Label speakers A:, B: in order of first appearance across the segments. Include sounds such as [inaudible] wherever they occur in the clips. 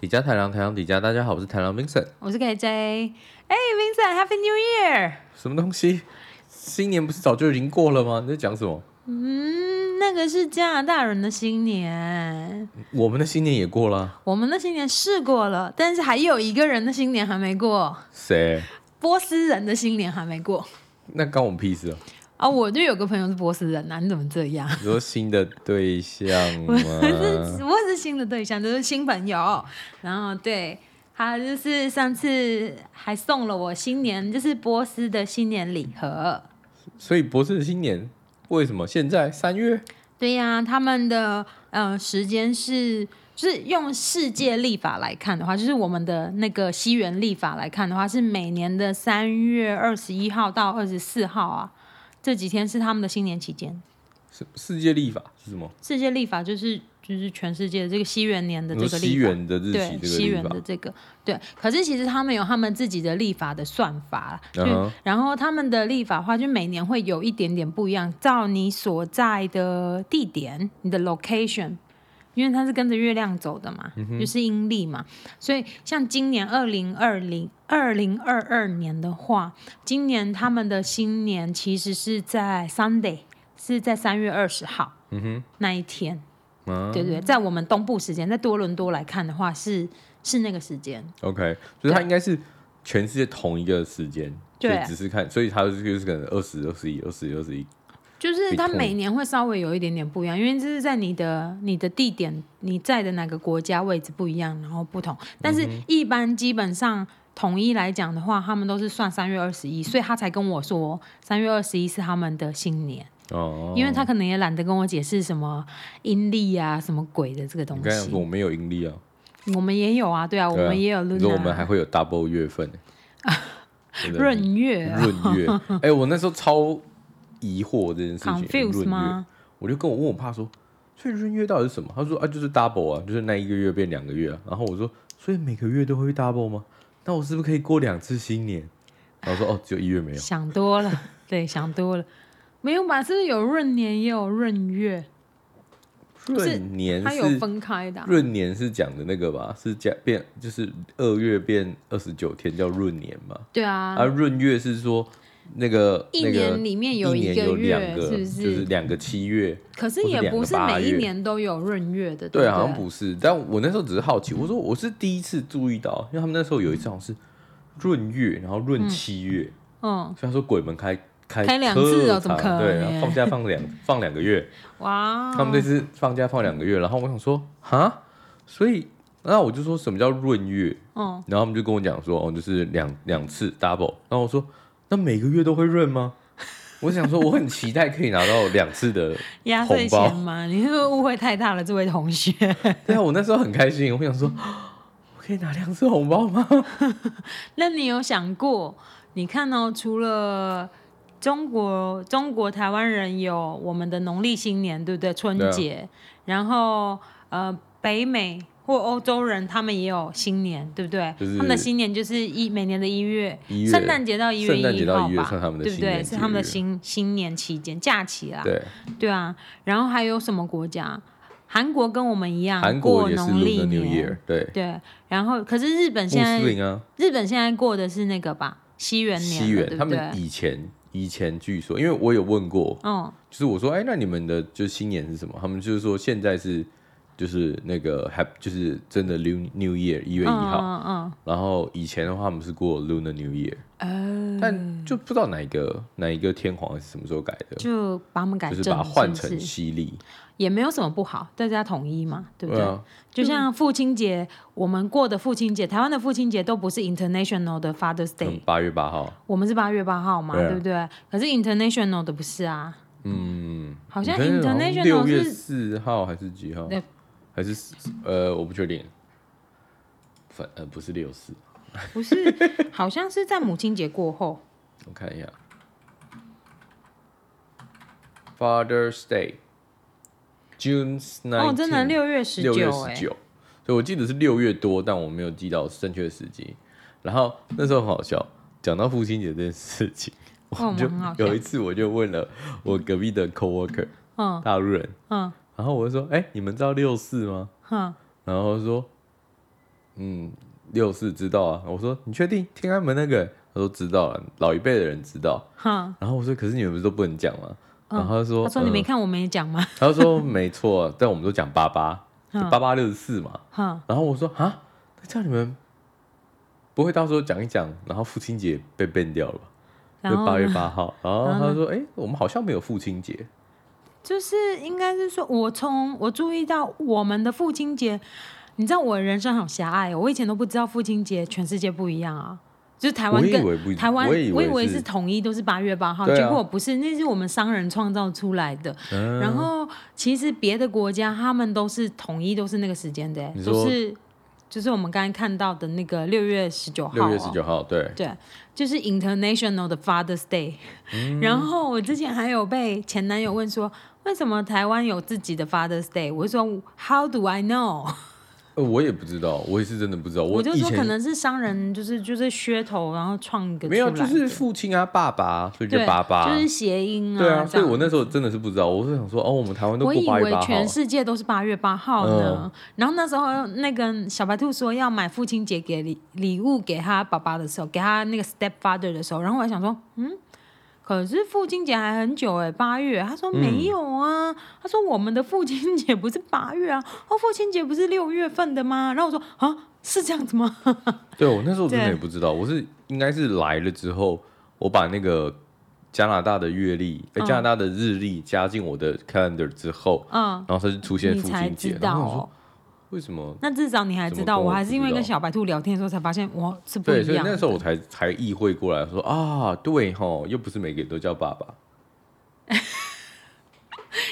A: 底加台郎，台郎底加，大家好，我是台郎 Vincent。
B: 我是 KJ。哎、v i n c e n t h a p p y New Year！
A: 什么东西？新年不是早就已经过了吗？你在讲什么？
B: 嗯，那个是加拿大人的新年，
A: 我们的新年也过了，啊
B: 我们的新年试过了，但是还有一个人的新年还没过，
A: 谁？
B: 波斯人的新年还没过
A: 那关我们屁事啊！
B: 啊！我就有个朋友是波斯人呐、你怎么这样？
A: 你说新的对象
B: 我
A: 吗？
B: 是我是新的对象，就是新朋友，然后对。他就是上次还送了我新年，就是波斯的新年礼盒。
A: 所以博士的新年为什么现在三月？
B: 对呀、他们的呃时间是，就是用世界历法来看的话，就是我们的那个西元历法来看的话，是每年的三月二十一号到二十四号啊，这几天是他们的新年期间。
A: 是世界历法是什么？
B: 世界历法就是就是全世界的这个西元年的
A: 你
B: 这
A: 说
B: 个
A: 哦西
B: 历法。
A: 元的日期
B: 对
A: 这个
B: 西
A: 历
B: 元
A: 法
B: 的？这个对，可是其实他们有他们自己的历法的算法就
A: 嗯哼
B: 然后他们的立法的话，就每年会有一点点不一样，照你所在的地点，你的 location，因为它是跟着月亮走的嘛，
A: 嗯
B: 就是阴历嘛，所以像今年二零二零二零二二年的话，今年他们的新年其实是在 Sunday，是在三月二十号
A: 嗯哼，
B: 那一天，
A: 啊
B: 对对，在我们东部时间，在多伦多来看的话是是那个时间，
A: ，OK，所以它应该是全世界同一个时间，
B: 对
A: 所以只是看，所以它就是可能二十、二十一、二十、二十一，
B: 就是它
A: Bitcoin
B: 每年会稍微有一点点不一样，因为这是在你的你的地点你在的哪个国家位置不一样，然后不同。但
A: 嗯
B: 是一般基本上统一来讲的话，他们都是算三月二十一，所以他才跟我说三月二十一是他们的新年，
A: 哦，
B: 因为他可能也懒得跟我解释什么阴历啊什么鬼的这个东
A: 你刚才
B: 西
A: 说。我没有盈利啊。
B: 我们也有啊，对啊，我
A: 对啊
B: 们也有
A: 你
B: 闰
A: 说我们还会有 double 月
B: [laughs]
A: 份呢，对不对
B: 闰月啊
A: 闰
B: [laughs]
A: 月。哎、我那时候超疑惑这件事情闰
B: ，confuse
A: 月
B: 吗？，
A: 我就跟我问我爸说，所以闰月到底是什么？他说啊，就是 double 啊，就是那一个月变两个月啊。然后我说，所以每个月都会 double 吗？那我是不是可以过两次新年？然后说哦，只有一月没
B: [laughs]
A: 有，
B: 想多了，对，想多了。没有吧？是不是有闰年也有闰月？是
A: 闰年
B: 它有
A: 是
B: 分开的啊、
A: 闰年是讲的那个吧？是讲变就是二月变二十九天叫闰年嘛？
B: 对啊，
A: 而闰月是说那个
B: 一
A: 那个
B: 年里面有
A: 一
B: 一
A: 年
B: 个
A: 有两
B: 月，
A: 个
B: 是不
A: 就是两个七月。
B: 可是
A: 或是
B: 也
A: 两
B: 不
A: 个
B: 是
A: 八
B: 每一
A: 月
B: 年都有闰月的，
A: 对，
B: 不
A: 好像不是，但我那时候只是好奇，我说我是第一次注意到，因为他们那时候有一次好像是闰月，然后闰七月，
B: 嗯，
A: 所以他说鬼门开开
B: 开两次哦
A: 特
B: 怎么可
A: 长对，然后
B: 能哦
A: 放假放
B: [laughs]
A: 两放两个月，
B: 哇，
A: 他们这次放假放两个月，然后我想说哈，所以那我就说什么叫闰月，
B: 嗯，
A: 然后他们就跟我讲说，哦，就是两两次 double。然后我说，那每个月都会润吗？我想说，我很期待可以拿到两次的
B: 压
A: 红
B: 岁
A: 包
B: 钱。嘛，你是不是误会太大了，这位同学。
A: 对啊，我那时候很开心，我想说， [gasps] 我可以拿两次红包吗？
B: 那你有想过，你看哦，除了中国中国台湾人有我们的农历新年，对不对？春
A: 对啊
B: 节，然后呃，北美或欧洲人他们也有新年，对不对？
A: 就是
B: 他们的新年就是一每年的一月，
A: 一月
B: 圣诞节到一月
A: 圣诞节
B: 一
A: 到
B: 号
A: 一月
B: 吧，
A: 算他们的
B: 对不
A: 新
B: 对？
A: 年
B: 是他们的
A: 节日
B: 新新年期间假期啦，
A: 对，
B: 对啊。然后还有什么国家？韩国跟我们一样
A: 韩
B: 啊过
A: 国也是
B: 农
A: Lunar
B: 历
A: New
B: 年
A: Year，，对，
B: 对。然后可是日本现
A: 穆
B: 在
A: 斯林啊，
B: 日本现在过的是那个吧，西元年了，
A: 西元，
B: 对
A: 他
B: 不对？
A: 们以前以前据说，因为我有问过，
B: 嗯，
A: 就是我说，哎，那你们的就新年是什么？他们就是说现在是就是那个 Happy，就是真的 New New Year 一月一号。
B: 嗯嗯
A: 然后以前的话，我们是过 Lunar New Year，
B: 嗯，呃，
A: 但就不知道哪一个哪一个天皇是什么时候改的，
B: 就把他们改
A: 就
B: 正，
A: 是把它换
B: 是
A: 成
B: 不是
A: 西历，
B: 也没有什么不好，大家统一嘛，对不对？
A: 啊，
B: 就像父亲节，我们过的父亲节，台湾的父亲节都不是 International 的 Father's
A: 可
B: Day，、
A: 能八月八号，
B: 我们是八月八号嘛，
A: 嗯对啊
B: 对不对？可是 International 的不是啊，
A: 嗯，
B: 好像
A: 你看好像
B: International
A: 六月
B: 是
A: 四号还是几号
B: 对？
A: 还是呃，我不确定，反呃不是六四，
B: 不是，好像是在母亲节
A: [laughs]
B: 过后，
A: 我看一下，Father's Day，June
B: 哦，真的
A: 19
B: 六月十
A: 六月
B: 九，
A: 十
B: 哎，
A: 九，所以我记得是六月多，但我没有记到正确的时机。然后那时候很好笑，讲到父亲节这件事情，
B: 哦
A: 我就
B: 蛮好笑
A: 有一次我就问了我隔壁的 coworker
B: 嗯
A: 大陆人，
B: 嗯
A: 然后我就说：“哎、你们知道六四吗
B: 哼，？”
A: 然后他说：“嗯，六四知道啊。”我说：“你确定天安门那个？”他说：“知道了，啊老一辈的人知道。
B: 哈，”
A: 然后我说：“可是你们不是都不能讲吗？”
B: 嗯
A: 然后他说：“
B: 他说你
A: 嗯
B: 没看我没讲吗？
A: 他说没错，啊但我们都讲八八，就
B: 嗯
A: 八八六十四嘛。
B: 哈，
A: 然后我说啊，那这样你们不会到时候讲一讲，然后父亲节被 ban 掉了吧？
B: 然
A: 就
B: 后
A: 八月
B: 呢
A: 八号。然后
B: 然后
A: 他
B: 呢
A: 说，哎、我们好像没有父亲节。
B: 就是应该是说，我从我注意到我们的父亲节，你知道我的人生好狭隘哦，我以前都不知道父亲节全世界不一样啊，就是台
A: 我
B: 湾
A: 以
B: 跟
A: 为不，
B: 台湾，
A: 我
B: 我
A: 以
B: 为
A: 是
B: 是，统一都是八月八号，
A: 对啊
B: 结果不是，那是我们商人创造出来的。
A: 嗯
B: 然后其实别的国家他们都是统一都是那个时间的欸，
A: 你说
B: 就是就是我们刚才看到的那个六月十九号、哦
A: 六月十九号，对，
B: 对，就是 International 的 Father's Day。然
A: 嗯
B: 后我之前还有被前男友问说，为什么台湾有自己的 Father's Day？我就说 How do I know？
A: 呃，我也不知道，我也是真的不知道。
B: 我就
A: 以
B: 说可
A: 前
B: 能是商人，就是就是噱头，然后创一个
A: 没有，
B: 出来
A: 就是
B: 的
A: 父亲啊，爸爸啊，所以就
B: 对
A: 八八。
B: 就是谐音啊。
A: 对啊，
B: 这
A: 所以
B: 样
A: 我那时候真的是不知道，我是想说，哦，我们台湾都
B: 我
A: 过
B: 以
A: 八月
B: 为
A: 八号
B: 全世界都是八月八号呢，然后那时候那个小白兔说要买父亲节给礼礼物给他爸爸的时候，给他那个 stepfather 的时候，然后我还想说，嗯，可是父亲节还很久哎、八月。他说没有啊，他说我们的父亲节不是八月啊，哦，父亲节不是六月份的吗？然后我说啊，是这样子吗？
A: 对，我那时候真的
B: 对
A: 也不知道，我是应该是来了之后，我把那个加拿大的月历、呃
B: 嗯
A: 加拿大的日历加进我的 calendar 之后，
B: 嗯，
A: 然后它就出现
B: 你
A: 父
B: 才
A: 亲节
B: 知，
A: 然
B: 道
A: 后我说
B: 哦。
A: 为什么？
B: 那至少你还
A: 怎
B: 知
A: 么
B: 道，
A: 跟
B: 我
A: 我
B: 还
A: 不
B: 是因
A: 知
B: 为跟
A: 道
B: 小白兔聊天的时候才发现，哇，是不
A: 对，
B: 一
A: 所以
B: 样的。
A: 那时候我才才意会过来说啊，对吼，又不是每个人都叫爸爸。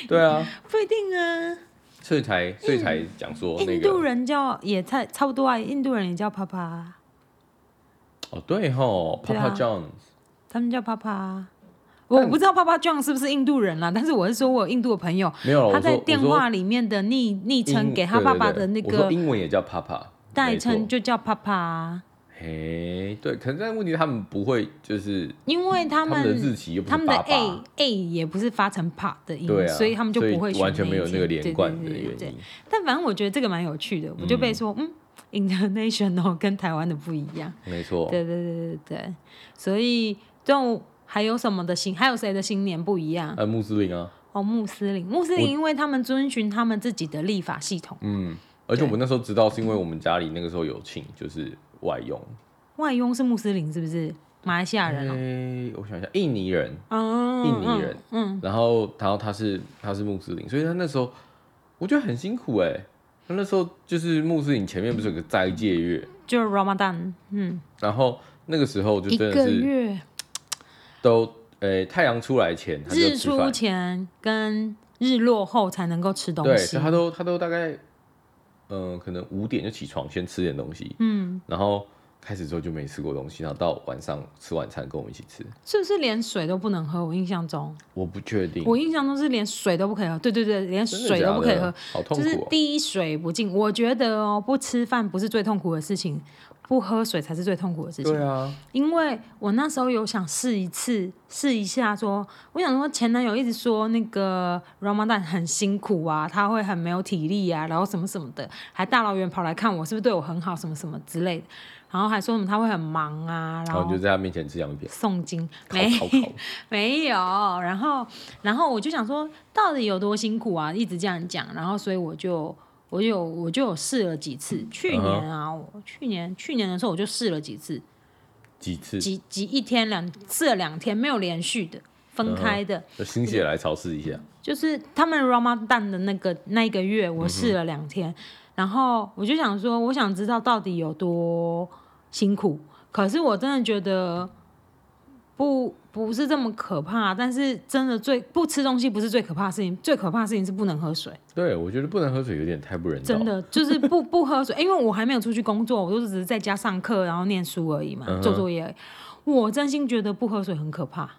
A: 对啊，
B: 不一定啊。
A: 所以才所以才讲说那
B: 印度
A: 个
B: 人叫也差差不多啊，印度人也叫 papa，
A: 哦，对吼
B: 对啊
A: ，Papa John，
B: 他们叫 papa。我不知道 papa John 是不是印度人啦，但是我是说我有印度的朋友，
A: 没有了。哦
B: 他
A: 我
B: 在
A: 说
B: 电
A: 我说
B: 话里面的昵昵称
A: 英
B: 给他
A: 对
B: 爸
A: 对
B: 爸
A: 对
B: 的那
A: 我说
B: 个
A: 英文也叫 Papa
B: 代
A: 没错
B: 称就叫 papa，
A: 嘿，对，可是但问题他们不会，就是
B: 因为
A: 他
B: 他
A: 们的日
B: 们
A: 期又不
B: 他
A: 是
B: 们的
A: 爸
B: a
A: 爸，
B: a 也不是发成 pa 的音
A: 对，啊，
B: 所以他们就不
A: 所
B: 会选
A: 以完全没有
B: 一
A: 那个
B: 天
A: 连贯的
B: 对对对
A: 原
B: 对对
A: 因。
B: 但反正我觉得这个蛮有趣的，我就被说嗯 [laughs] international 跟台湾的不一样。
A: 没错，
B: 对对对对对，所以就还有什么的新，还有谁的新年不一样？
A: 呃，穆斯林啊，
B: 哦，穆斯林，穆斯林，因为他们遵循他们自己的立法系统，
A: 嗯，而且
B: 对
A: 我那时候知道是因为我们家里那个时候有请，就是外佣，
B: 外佣是穆斯林，是不是？马来西亚人哦，
A: 哎，我想一下，印尼人，
B: 嗯，
A: 印尼人
B: 嗯，嗯，
A: 然后然后他是他是穆斯林，所以他那时候我觉得很辛苦哎，他那时候就是穆斯林前面不是有个斋戒月，
B: 嗯就是 Ramadan，嗯，
A: 然后那个时候就
B: 一
A: 真的
B: 个
A: 是
B: 月
A: 都。诶，太阳出来前他就
B: 日
A: 吃饭
B: 出，前跟日落后才能够吃东
A: 对，
B: 西
A: 就，他都他都大概，嗯、可能五点就起床，先吃点东西，
B: 嗯，
A: 然后开始之后就没吃过东西，然后到晚上吃晚餐跟我们一起吃。
B: 是不是连水都不能喝？我印象中，
A: 我不确定，
B: 我印象中是连水都不可以喝，对对对，连
A: 嗯真的
B: 水
A: 假
B: 都不可以
A: 的
B: 喝，，
A: 好痛
B: 就是
A: 苦、哦。
B: 滴水不进。我觉得哦，不吃饭不是最痛苦的事情，不喝水才是最痛苦的事情。
A: 对啊，
B: 因为我那时候有想试一次，试一下说我想说前男友一直说那个 Ramadan 很辛苦啊，他会很没有体力啊，然后什么什么的，还大老远跑来看我，是不是对我很好，什么什么之类的，然后还说什么他会很忙啊，然
A: 然后你
B: 后
A: 就在他面前吃洋芋片，[laughs]
B: 诵经，
A: 烤
B: 没
A: 烤烤。
B: 没有，然后然后我就想说，到底有多辛苦啊？一直这样讲，然后所以我就我有我就有试了几次。去年啊，我去年去年的时候我就试了几次，
A: 几次
B: [laughs] 几几一天两试了两天，没有连续的，分开的。
A: 就心血来潮试一下，
B: 就是他们 Ramadan 的那个那一个月，我试了两天，然后我就想说，我想知道到底有多辛苦。可是我真的觉得不不是这么可怕，但是真的最不吃东西不是最可怕的事情，最可怕的事情是不能喝水，
A: 对我觉得不能喝水有点太不人道。
B: 真，的就是不不喝水，因为我还没有出去工作，我就只是在家上课，然后念书而已嘛，
A: 嗯哼
B: 做作业而已。我真心觉得不喝水很可怕，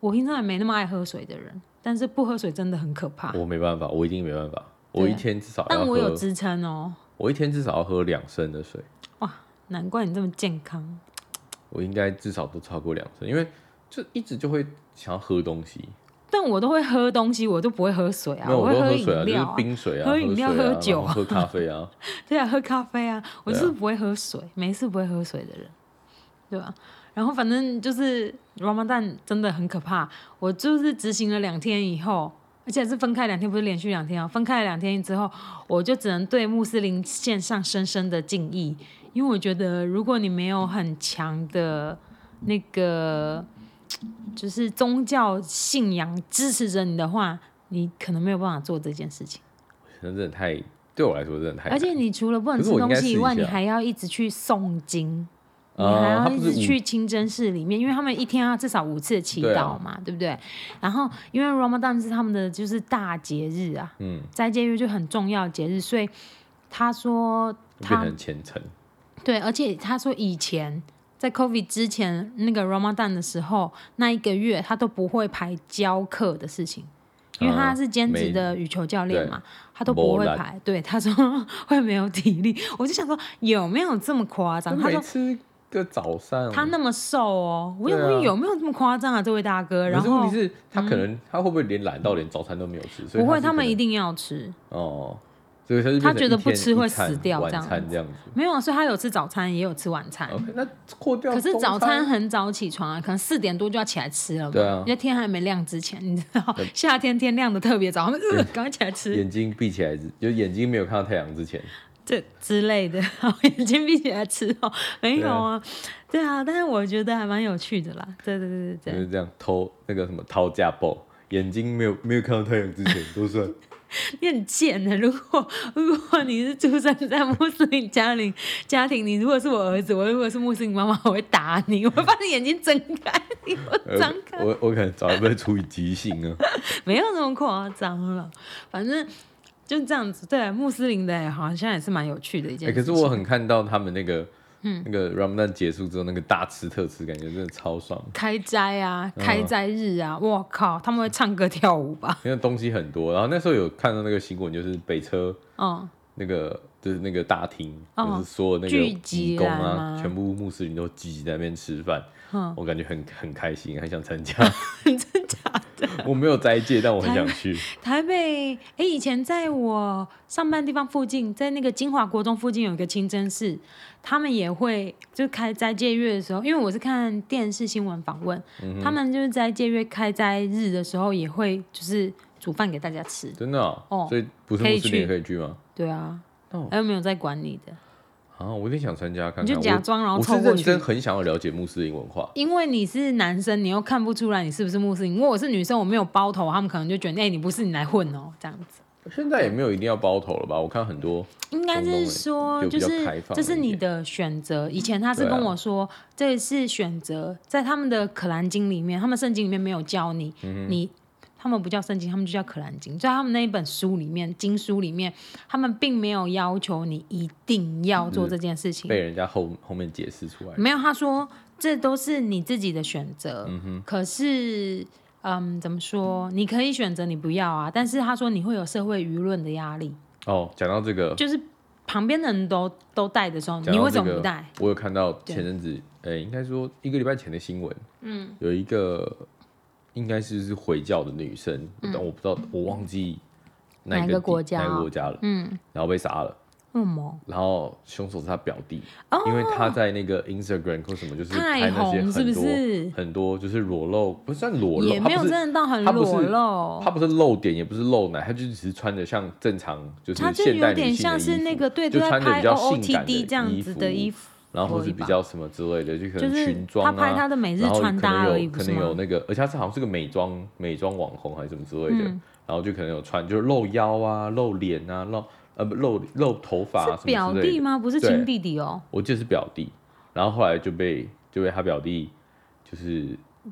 B: 我平常也没那么爱喝水的人，但是不喝水真的很可怕。
A: 我没办法，我一定没办法，我
B: 对
A: 一天至少要
B: 但我有
A: 喝，
B: 支撑哦，
A: 我一天至少要喝两升的水。
B: 难怪你这么健康。
A: 我应该至少都超过两升，因为就一直就会想要喝东西。
B: 但我都会喝东西，我都不会喝水啊，
A: 没有，我
B: 会
A: 都喝
B: 饮
A: 水啊，就
B: 料、
A: 是冰水啊，
B: 喝饮料
A: 水啊
B: 喝酒
A: 然后喝咖啡啊。 [laughs]
B: [laughs] 对啊，喝咖啡啊，我就
A: 对啊
B: 是不会喝水，每次不会喝水的人，对吧、然后反正就是王八蛋真的很可怕，我就是执行了两天以后，而且是分开两天，不是连续两天啊，分开了两天之后，我就只能对穆斯林献上深深的敬意，因为我觉得如果你没有很强的那个就是宗教信仰支持着你的话，你可能没有办法做这件事情。
A: 那真的太对我来说真的太难……
B: 而且你除了不能
A: 可
B: 吃
A: 是我应
B: 东
A: 该
B: 西以
A: 试一
B: 外，你
A: 下
B: 还要一直去诵经，你还
A: 呃，
B: 要
A: 它
B: 一
A: 不
B: 直
A: 是
B: 去清真寺里面，因为他们一天要至少五次的祈
A: 对啊
B: 祷嘛，对不对？然后因为 Ramadan 是他们的就是大节日啊，
A: 嗯，
B: 斋戒月就很重要的节日，所以他说
A: 变
B: 他
A: 成虔诚，
B: 对，而且他说以前在 COVID 之前那个 Ramadan 的时候，那一个月他都不会排教课的事情，因为他
A: 啊
B: 是兼职
A: 没
B: 的羽球教练嘛，他都不
A: 没
B: 会
A: 懒
B: 排。对，他说 [laughs] 会没有体力，我就想说有没有这么夸张？他
A: 每
B: 说
A: 次个早上，
B: 他那么瘦哦，我想
A: 对
B: 说
A: 啊
B: 有没有这么夸张啊，这位大哥？然
A: 可是问
B: 后嗯
A: 题是，他可能他会不会连懒到连早餐都没有吃？所以
B: 不会，
A: 是
B: 他们
A: 可能
B: 一定要吃。
A: 哦，所以他就
B: 他
A: 变成
B: 觉得
A: 一
B: 不
A: 天
B: 吃
A: 一
B: 会
A: 餐
B: 死掉
A: 晚
B: 这样
A: 餐这样子。
B: 没有啊，所以他有吃早餐，也有吃晚餐。
A: OK，那扩掉
B: 可是
A: 中
B: 早餐
A: 餐
B: 很早起床啊，可能四点多就要起来吃了嘛。
A: 对啊
B: 因为天还没亮之前， [laughs] 你知道，夏天天亮的特
A: [laughs]
B: 别早，他们呃赶快起来吃，
A: 眼睛闭起来之，就眼睛没有看到太阳之前，
B: 这之类的， [laughs] 然后眼睛闭起来吃哦，没有啊，对啊，但是我觉得还蛮有趣的啦，对对对
A: 就
B: 对对，
A: 是这样偷那个什么掏家暴，眼睛没有没有看到太阳之前都算。
B: 你很贱的。如果 [laughs] 如果你是出生在穆斯林家庭家庭，你如果是我儿子，我如果是穆斯林妈妈，我会打你，我会把你眼睛睁开， [laughs] 你给我
A: 呃
B: [laughs] 张开。
A: 我我可能早就被处以极刑啊。
B: 没有那么夸张了，反正就这样子。对，穆斯林的好像也是蛮有趣的一件
A: 欸
B: 事
A: 可是
B: 情。嗯
A: 我很看到他们那个，那个 Ramadan 结束之后那个大吃特吃，感觉真的超爽。
B: 开斋啊，
A: 嗯
B: 开斋日啊，我靠，他们会唱歌跳舞
A: [laughs]
B: 吧？
A: 因为东西很多，然后那时候有看到那个新闻，就是北车
B: 嗯，
A: 那个就是那个大厅，
B: 哦
A: 就是所有那
B: 聚
A: 个
B: 集
A: 义工
B: 来
A: 啊
B: 吗，
A: 全部穆斯林都聚集在那边吃饭，
B: 嗯
A: 我感觉很很开心，很想参加。
B: [laughs] 真假的？
A: [laughs] 我没有斋戒，但我很想去。
B: 台北，哎、以前在我上班地方附近，在那个金华国中附近有一个清真寺，他们也会就开斋戒月的时候，因为我是看电视新闻访问，
A: 嗯
B: 他们就是斋戒月开斋日的时候也会就是煮饭给大家吃。
A: 真的哦、
B: 哦
A: 所以不是穆斯林也可以去吗？
B: 对啊，
A: 那我
B: 还有没有在管你的？
A: 啊，我有点想参加看看。
B: 你就假装然后
A: 我我
B: 凑
A: 是
B: 过
A: 认
B: 去
A: 真很想要了解穆斯林文化。
B: 因为你是男生，你又看不出来你是不是穆斯林。如果我是女生，我没有包头，他们可能就觉得，哎、你不是，你来混哦，这样子。
A: 现在也没有一定要包头了吧？我看很多
B: 应该是说，
A: 中东
B: 就
A: 人
B: 是
A: 就比较开放
B: 这是
A: 一点
B: 你的选择。以前他是
A: 对啊
B: 跟我说，这是选择，在他们的可兰经里面，他们圣经里面没有教你，
A: 嗯
B: 你他们不叫圣经，他们就叫可兰经，在他们那一本书里面，经书里面，他们并没有要求你一定要
A: 嗯
B: 做这件事情。
A: 被人家后后面解释出来。
B: 没有，他说这都是你自己的选择。
A: 嗯
B: 可是，嗯，怎么说？你可以选择你不要啊，但是他说你会有社会舆论的压力，
A: 哦，讲到这个，
B: 就是旁边的人都都带的时候，
A: 讲
B: 你
A: 到
B: 为
A: 这
B: 什么
A: 个
B: 不带？
A: 我有看到前阵子，诶、应该说一个礼拜前的新闻，嗯，有一个应该是是回教的女生，但我不知道，我忘记哪
B: 嗯哪
A: 一
B: 个
A: 个
B: 国
A: 地
B: 家
A: 哪个国家了，
B: 嗯，
A: 然后被杀了，
B: 为什么？
A: 然后凶手是他表弟，因为他在那个 Instagram 或什么就是
B: 哦
A: 拍
B: 太
A: 那些
B: 红
A: 很多
B: 是不是
A: 很多就是裸露，不算裸露，
B: 也没有
A: 他不是
B: 真的到很
A: 他不是
B: 裸露
A: 他，不是露点，也不是露奶，他就只是穿的像正常，就是
B: 他就
A: 现代女性的
B: 有点像是
A: 衣服
B: 那个对
A: 就
B: 都在
A: 穿的
B: 拍
A: 比较性感
B: OOTD 这样子的衣
A: 服，
B: 服。
A: 然后或是
B: 吧
A: 比较什么之类的，就可
B: 就
A: 能
B: 是
A: 裙装啊，
B: 他拍他的每日
A: 然后
B: 穿搭
A: 可
B: 而
A: 能
B: 已
A: 有
B: 不是
A: 可
B: 吗
A: 能有那个，而且他是好像是个美妆美妆网红还是什么之类的，
B: 嗯
A: 然后就可能有穿就是露腰啊、露脸啊、露呃不露露头发、啊、
B: 是
A: 什么
B: 表
A: 之类的
B: 弟吗？不是
A: 对
B: 亲弟弟哦，
A: 我记得是表弟，然后后来就被就被他表弟就是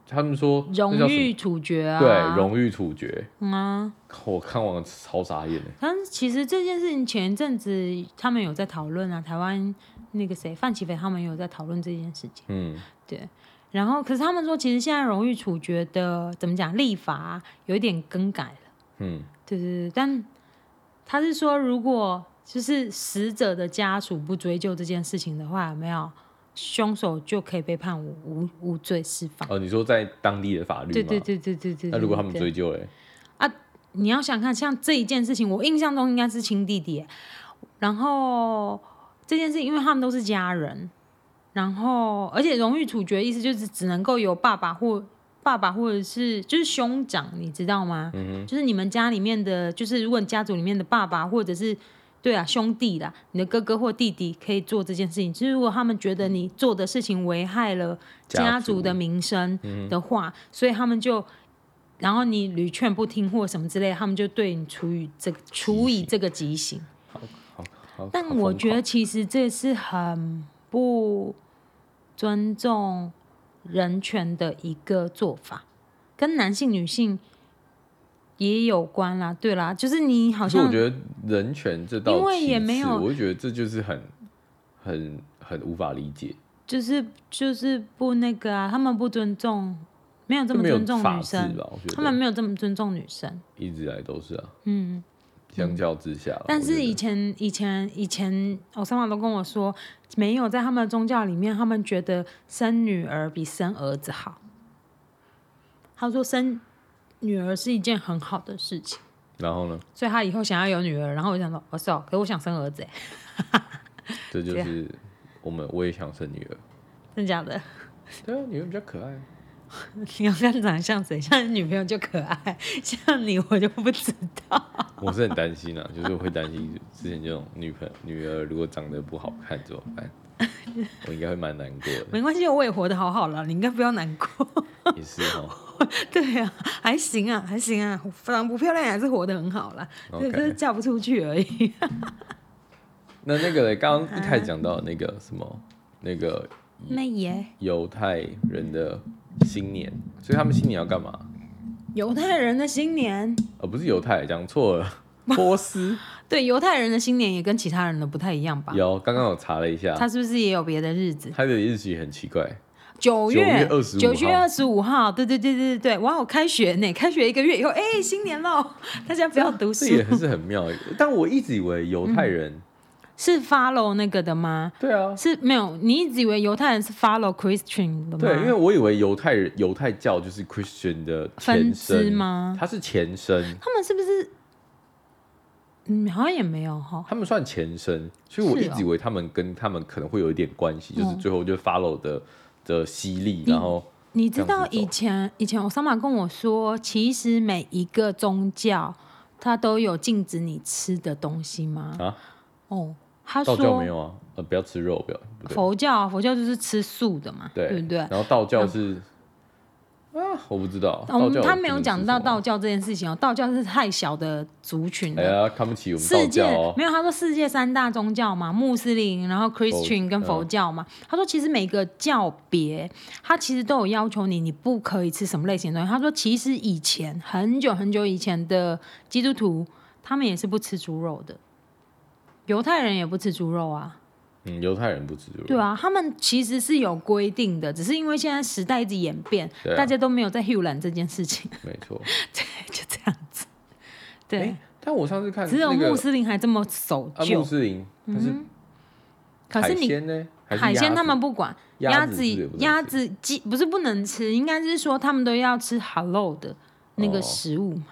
A: 他们说那
B: 荣
A: 叫什么
B: 誉处决啊，
A: 对荣誉处决，
B: 嗯啊。
A: [laughs] 我看完超傻眼的。欸
B: 但是其实这件事情前一阵子他们有在讨论啊，台湾那个谁范启飞他们有在讨论这件事情。
A: 嗯，
B: 然后，可是他们说，其实现在荣誉处决的怎么讲立法啊、有一点更改了。
A: 嗯，
B: 对对对，但他是说，如果就是死者的家属不追究这件事情的话，有没有凶手就可以被判无无无罪释放。
A: 哦，你说在当地的法律吗？
B: 对对对对对对。
A: 那如果他们
B: 对
A: 追究欸嘞，
B: 你要想看，像这一件事情，我印象中应该是亲弟弟耶，然后这件事情，因为他们都是家人，然后而且荣誉处决意思就是只能够由爸爸或爸爸或者是就是兄长，你知道吗？就是你们家里面的，就是如果你家族里面的爸爸或者是对啊兄弟啦，你的哥哥或弟弟可以做这件事情。就是如果他们觉得你做的事情危害了家族嗯的名声的话，所以他们就。然后你屡劝不听或什么之类，他们就对你处以这个处以这个极刑。
A: 好，好
B: 但
A: 好
B: 我
A: 疯
B: 觉
A: 狂
B: 得其实这是很不尊重人权的一个做法，跟男性、女性也有关啦。对啦，就是你好
A: 可是我
B: 像
A: 觉得人权这道，
B: 因为也没有
A: 我就觉得这就是很、很、很无法理解，
B: 就是就是不那个啊，他们不尊重，没有这
A: 就
B: 么
A: 没有
B: 尊重
A: 法
B: 女
A: 治
B: 生，
A: 吧？我觉得
B: 他们没有这么尊重女生。
A: 一直以来都是啊，嗯，相较之下啦，
B: 但
A: 啊我觉
B: 是
A: 得
B: 以前以前以前，呃我上妈都跟我说，没有在他们的宗教里面，他们觉得生女儿比生儿子好。他说生女儿是一件很好的事情，
A: 然后呢，
B: 所以他以后想要有女儿。然后我就想说，我、哦、是哦，可是我想生儿子欸， [laughs]
A: 这就
B: 这样
A: 是我们我也想生女儿，
B: 真的假的？
A: 对啊，女儿比较可爱，
B: 你要看长得像谁？像你女朋友就可爱，像你我就不知道。
A: [laughs] 我是很担心啊，就是会担心之前这种女朋友女儿如果长得不好看怎么办？我应该会蛮难过的，
B: 没关系，我也活得好好了，你应该不要难过。 [laughs]
A: 也是哦哈。
B: 对啊，还行啊，还行啊，长不漂亮还是活得很好啦，
A: OK
B: 对，只是嫁不出去而已。
A: 那那个嘞刚刚一开始讲到那个什么，那个
B: 那也
A: 犹太人的新年，所以他们新年要干嘛？
B: 犹太人的新年，
A: 呃，不是犹太，讲错了，波斯。
B: 对犹太人的新年也跟其他人的不太一样吧？
A: 有，刚刚我查了一下，
B: 他是不是也有别的日子？
A: 它的日期很奇怪，
B: 九月
A: 9月25
B: 九月二十五号，对对对对对对，哇，我开学呢，开学一个月以后，哎、新年喽， [laughs] 大家不要读书
A: 这，也是很妙。但我一直以为犹太人，
B: 是 follow 那个的吗？
A: 对啊，
B: 是没有，你一直以为犹太人是 follow Christian 的吗？
A: 对，因为我以为犹太人犹太教就是 Christian 的前身
B: 分支吗
A: 它是前身，
B: 他们是不是？嗯，好像也没有哈。
A: 他们算前身，所以我
B: 是哦
A: 一直以为他们跟他们可能会有一点关系，就是
B: 嗯
A: 最后就 follow 的的犀利，
B: 你
A: 然后
B: 你知
A: 这样
B: 道
A: 子走
B: 以前以前我桑玛跟我说，其实每一个宗教它都有禁止你吃的东西吗？
A: 啊，
B: 哦，他
A: 道教
B: 说
A: 没有啊，呃，不要吃肉，不要不对。
B: 佛教啊佛教就是吃素的嘛，
A: 对
B: 不对？嗯
A: 然后道教是啊，我不知道。
B: 我
A: 道
B: 们
A: 教
B: 嗯他没有
A: 不能
B: 讲
A: 吃
B: 到
A: 什么。
B: 道教这件事情哦，道教是太小的族群
A: 哎
B: 了。
A: 呀，看不起我们道
B: 世界
A: 教哦。
B: 没有，他说世界三大宗教嘛，穆斯林，然后 Christian 跟
A: 嗯
B: 佛教嘛。他说其实每个教别，他其实都有要求你，你不可以吃什么类型的东西。他说其实以前很久很久以前的基督徒，他们也是不吃猪肉的，犹太人也不吃猪肉啊。
A: 嗯，犹太人不吃肉。
B: 对啊，他们其实是有规定的，只是因为现在时代一直演变，
A: 对啊
B: 大家都没有在 Hulan 这件事情，
A: 没错。
B: 就这样子。对，
A: 哎，但我上次看
B: 只有
A: 那个
B: 穆斯林还这么守
A: 啊
B: 旧。
A: 穆斯林，他是
B: 可是
A: 海
B: 你
A: 鲜呢？还是
B: 海
A: 鸭
B: 鲜
A: 子
B: 他们不管，
A: 鸭
B: 鸭
A: 子
B: 子
A: 是不是也不能吃
B: 鸭子鸡不是不能吃，应该是说他们都要吃 hello 的那
A: 哦
B: 个食物嘛。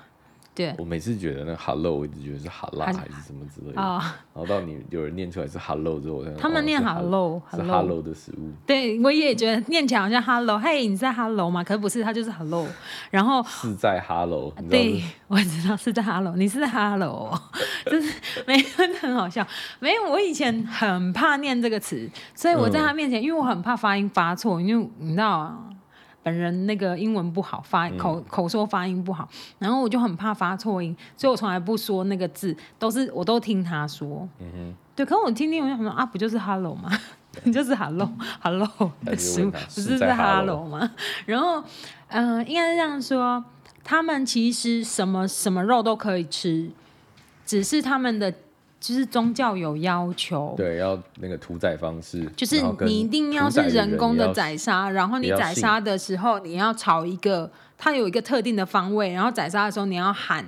B: 对
A: 我每次觉得那 hello，我一直觉得是哈拉
B: 还是
A: 还是什么之类的，
B: 啊、
A: 然后到你有人念出来是 hello 之后，我才
B: 他们
A: 哦
B: 念
A: 是 hello
B: hello
A: 是 hello 的食物，
B: 对我也觉得念起来好像 hello，嘿，你在 hello 吗？可是不是，他就是 hello。然后
A: 是在 hello，你知道
B: 对
A: 是，
B: 我知道是在 Hello，你是在 Hello，哦就是没有很好笑。没有，我以前很怕念这个词，所以我
A: 嗯
B: 在他面前，因为我很怕发音发错，因为你知道、啊。本人那个英文不好，发
A: 嗯
B: 口口说发音不好，然后我就很怕发错音，所以我从来不说那个字，都是我都听他说。嗯哼，对。可我听听，我就想说啊，不就是 hello 吗？ [laughs] 你就是 hello hello
A: 那
B: [laughs] 的
A: 就
B: 食
A: 问
B: 物
A: 他，
B: 不
A: 是
B: 是
A: 在
B: 在
A: hello
B: hello 吗？然后，嗯、应该是这样说，他们其实什么什么肉都可以吃，只是他们的就是宗教有要求，
A: 对，要那个屠宰方式，
B: 就是
A: 然后跟
B: 你一定要
A: 屠
B: 是
A: 宰
B: 人工
A: 也
B: 的
A: 要
B: 宰杀，然后你
A: 也要
B: 宰
A: 信
B: 杀的时候，你要朝一个它有一个特定的方位，然后宰杀的时候你要喊。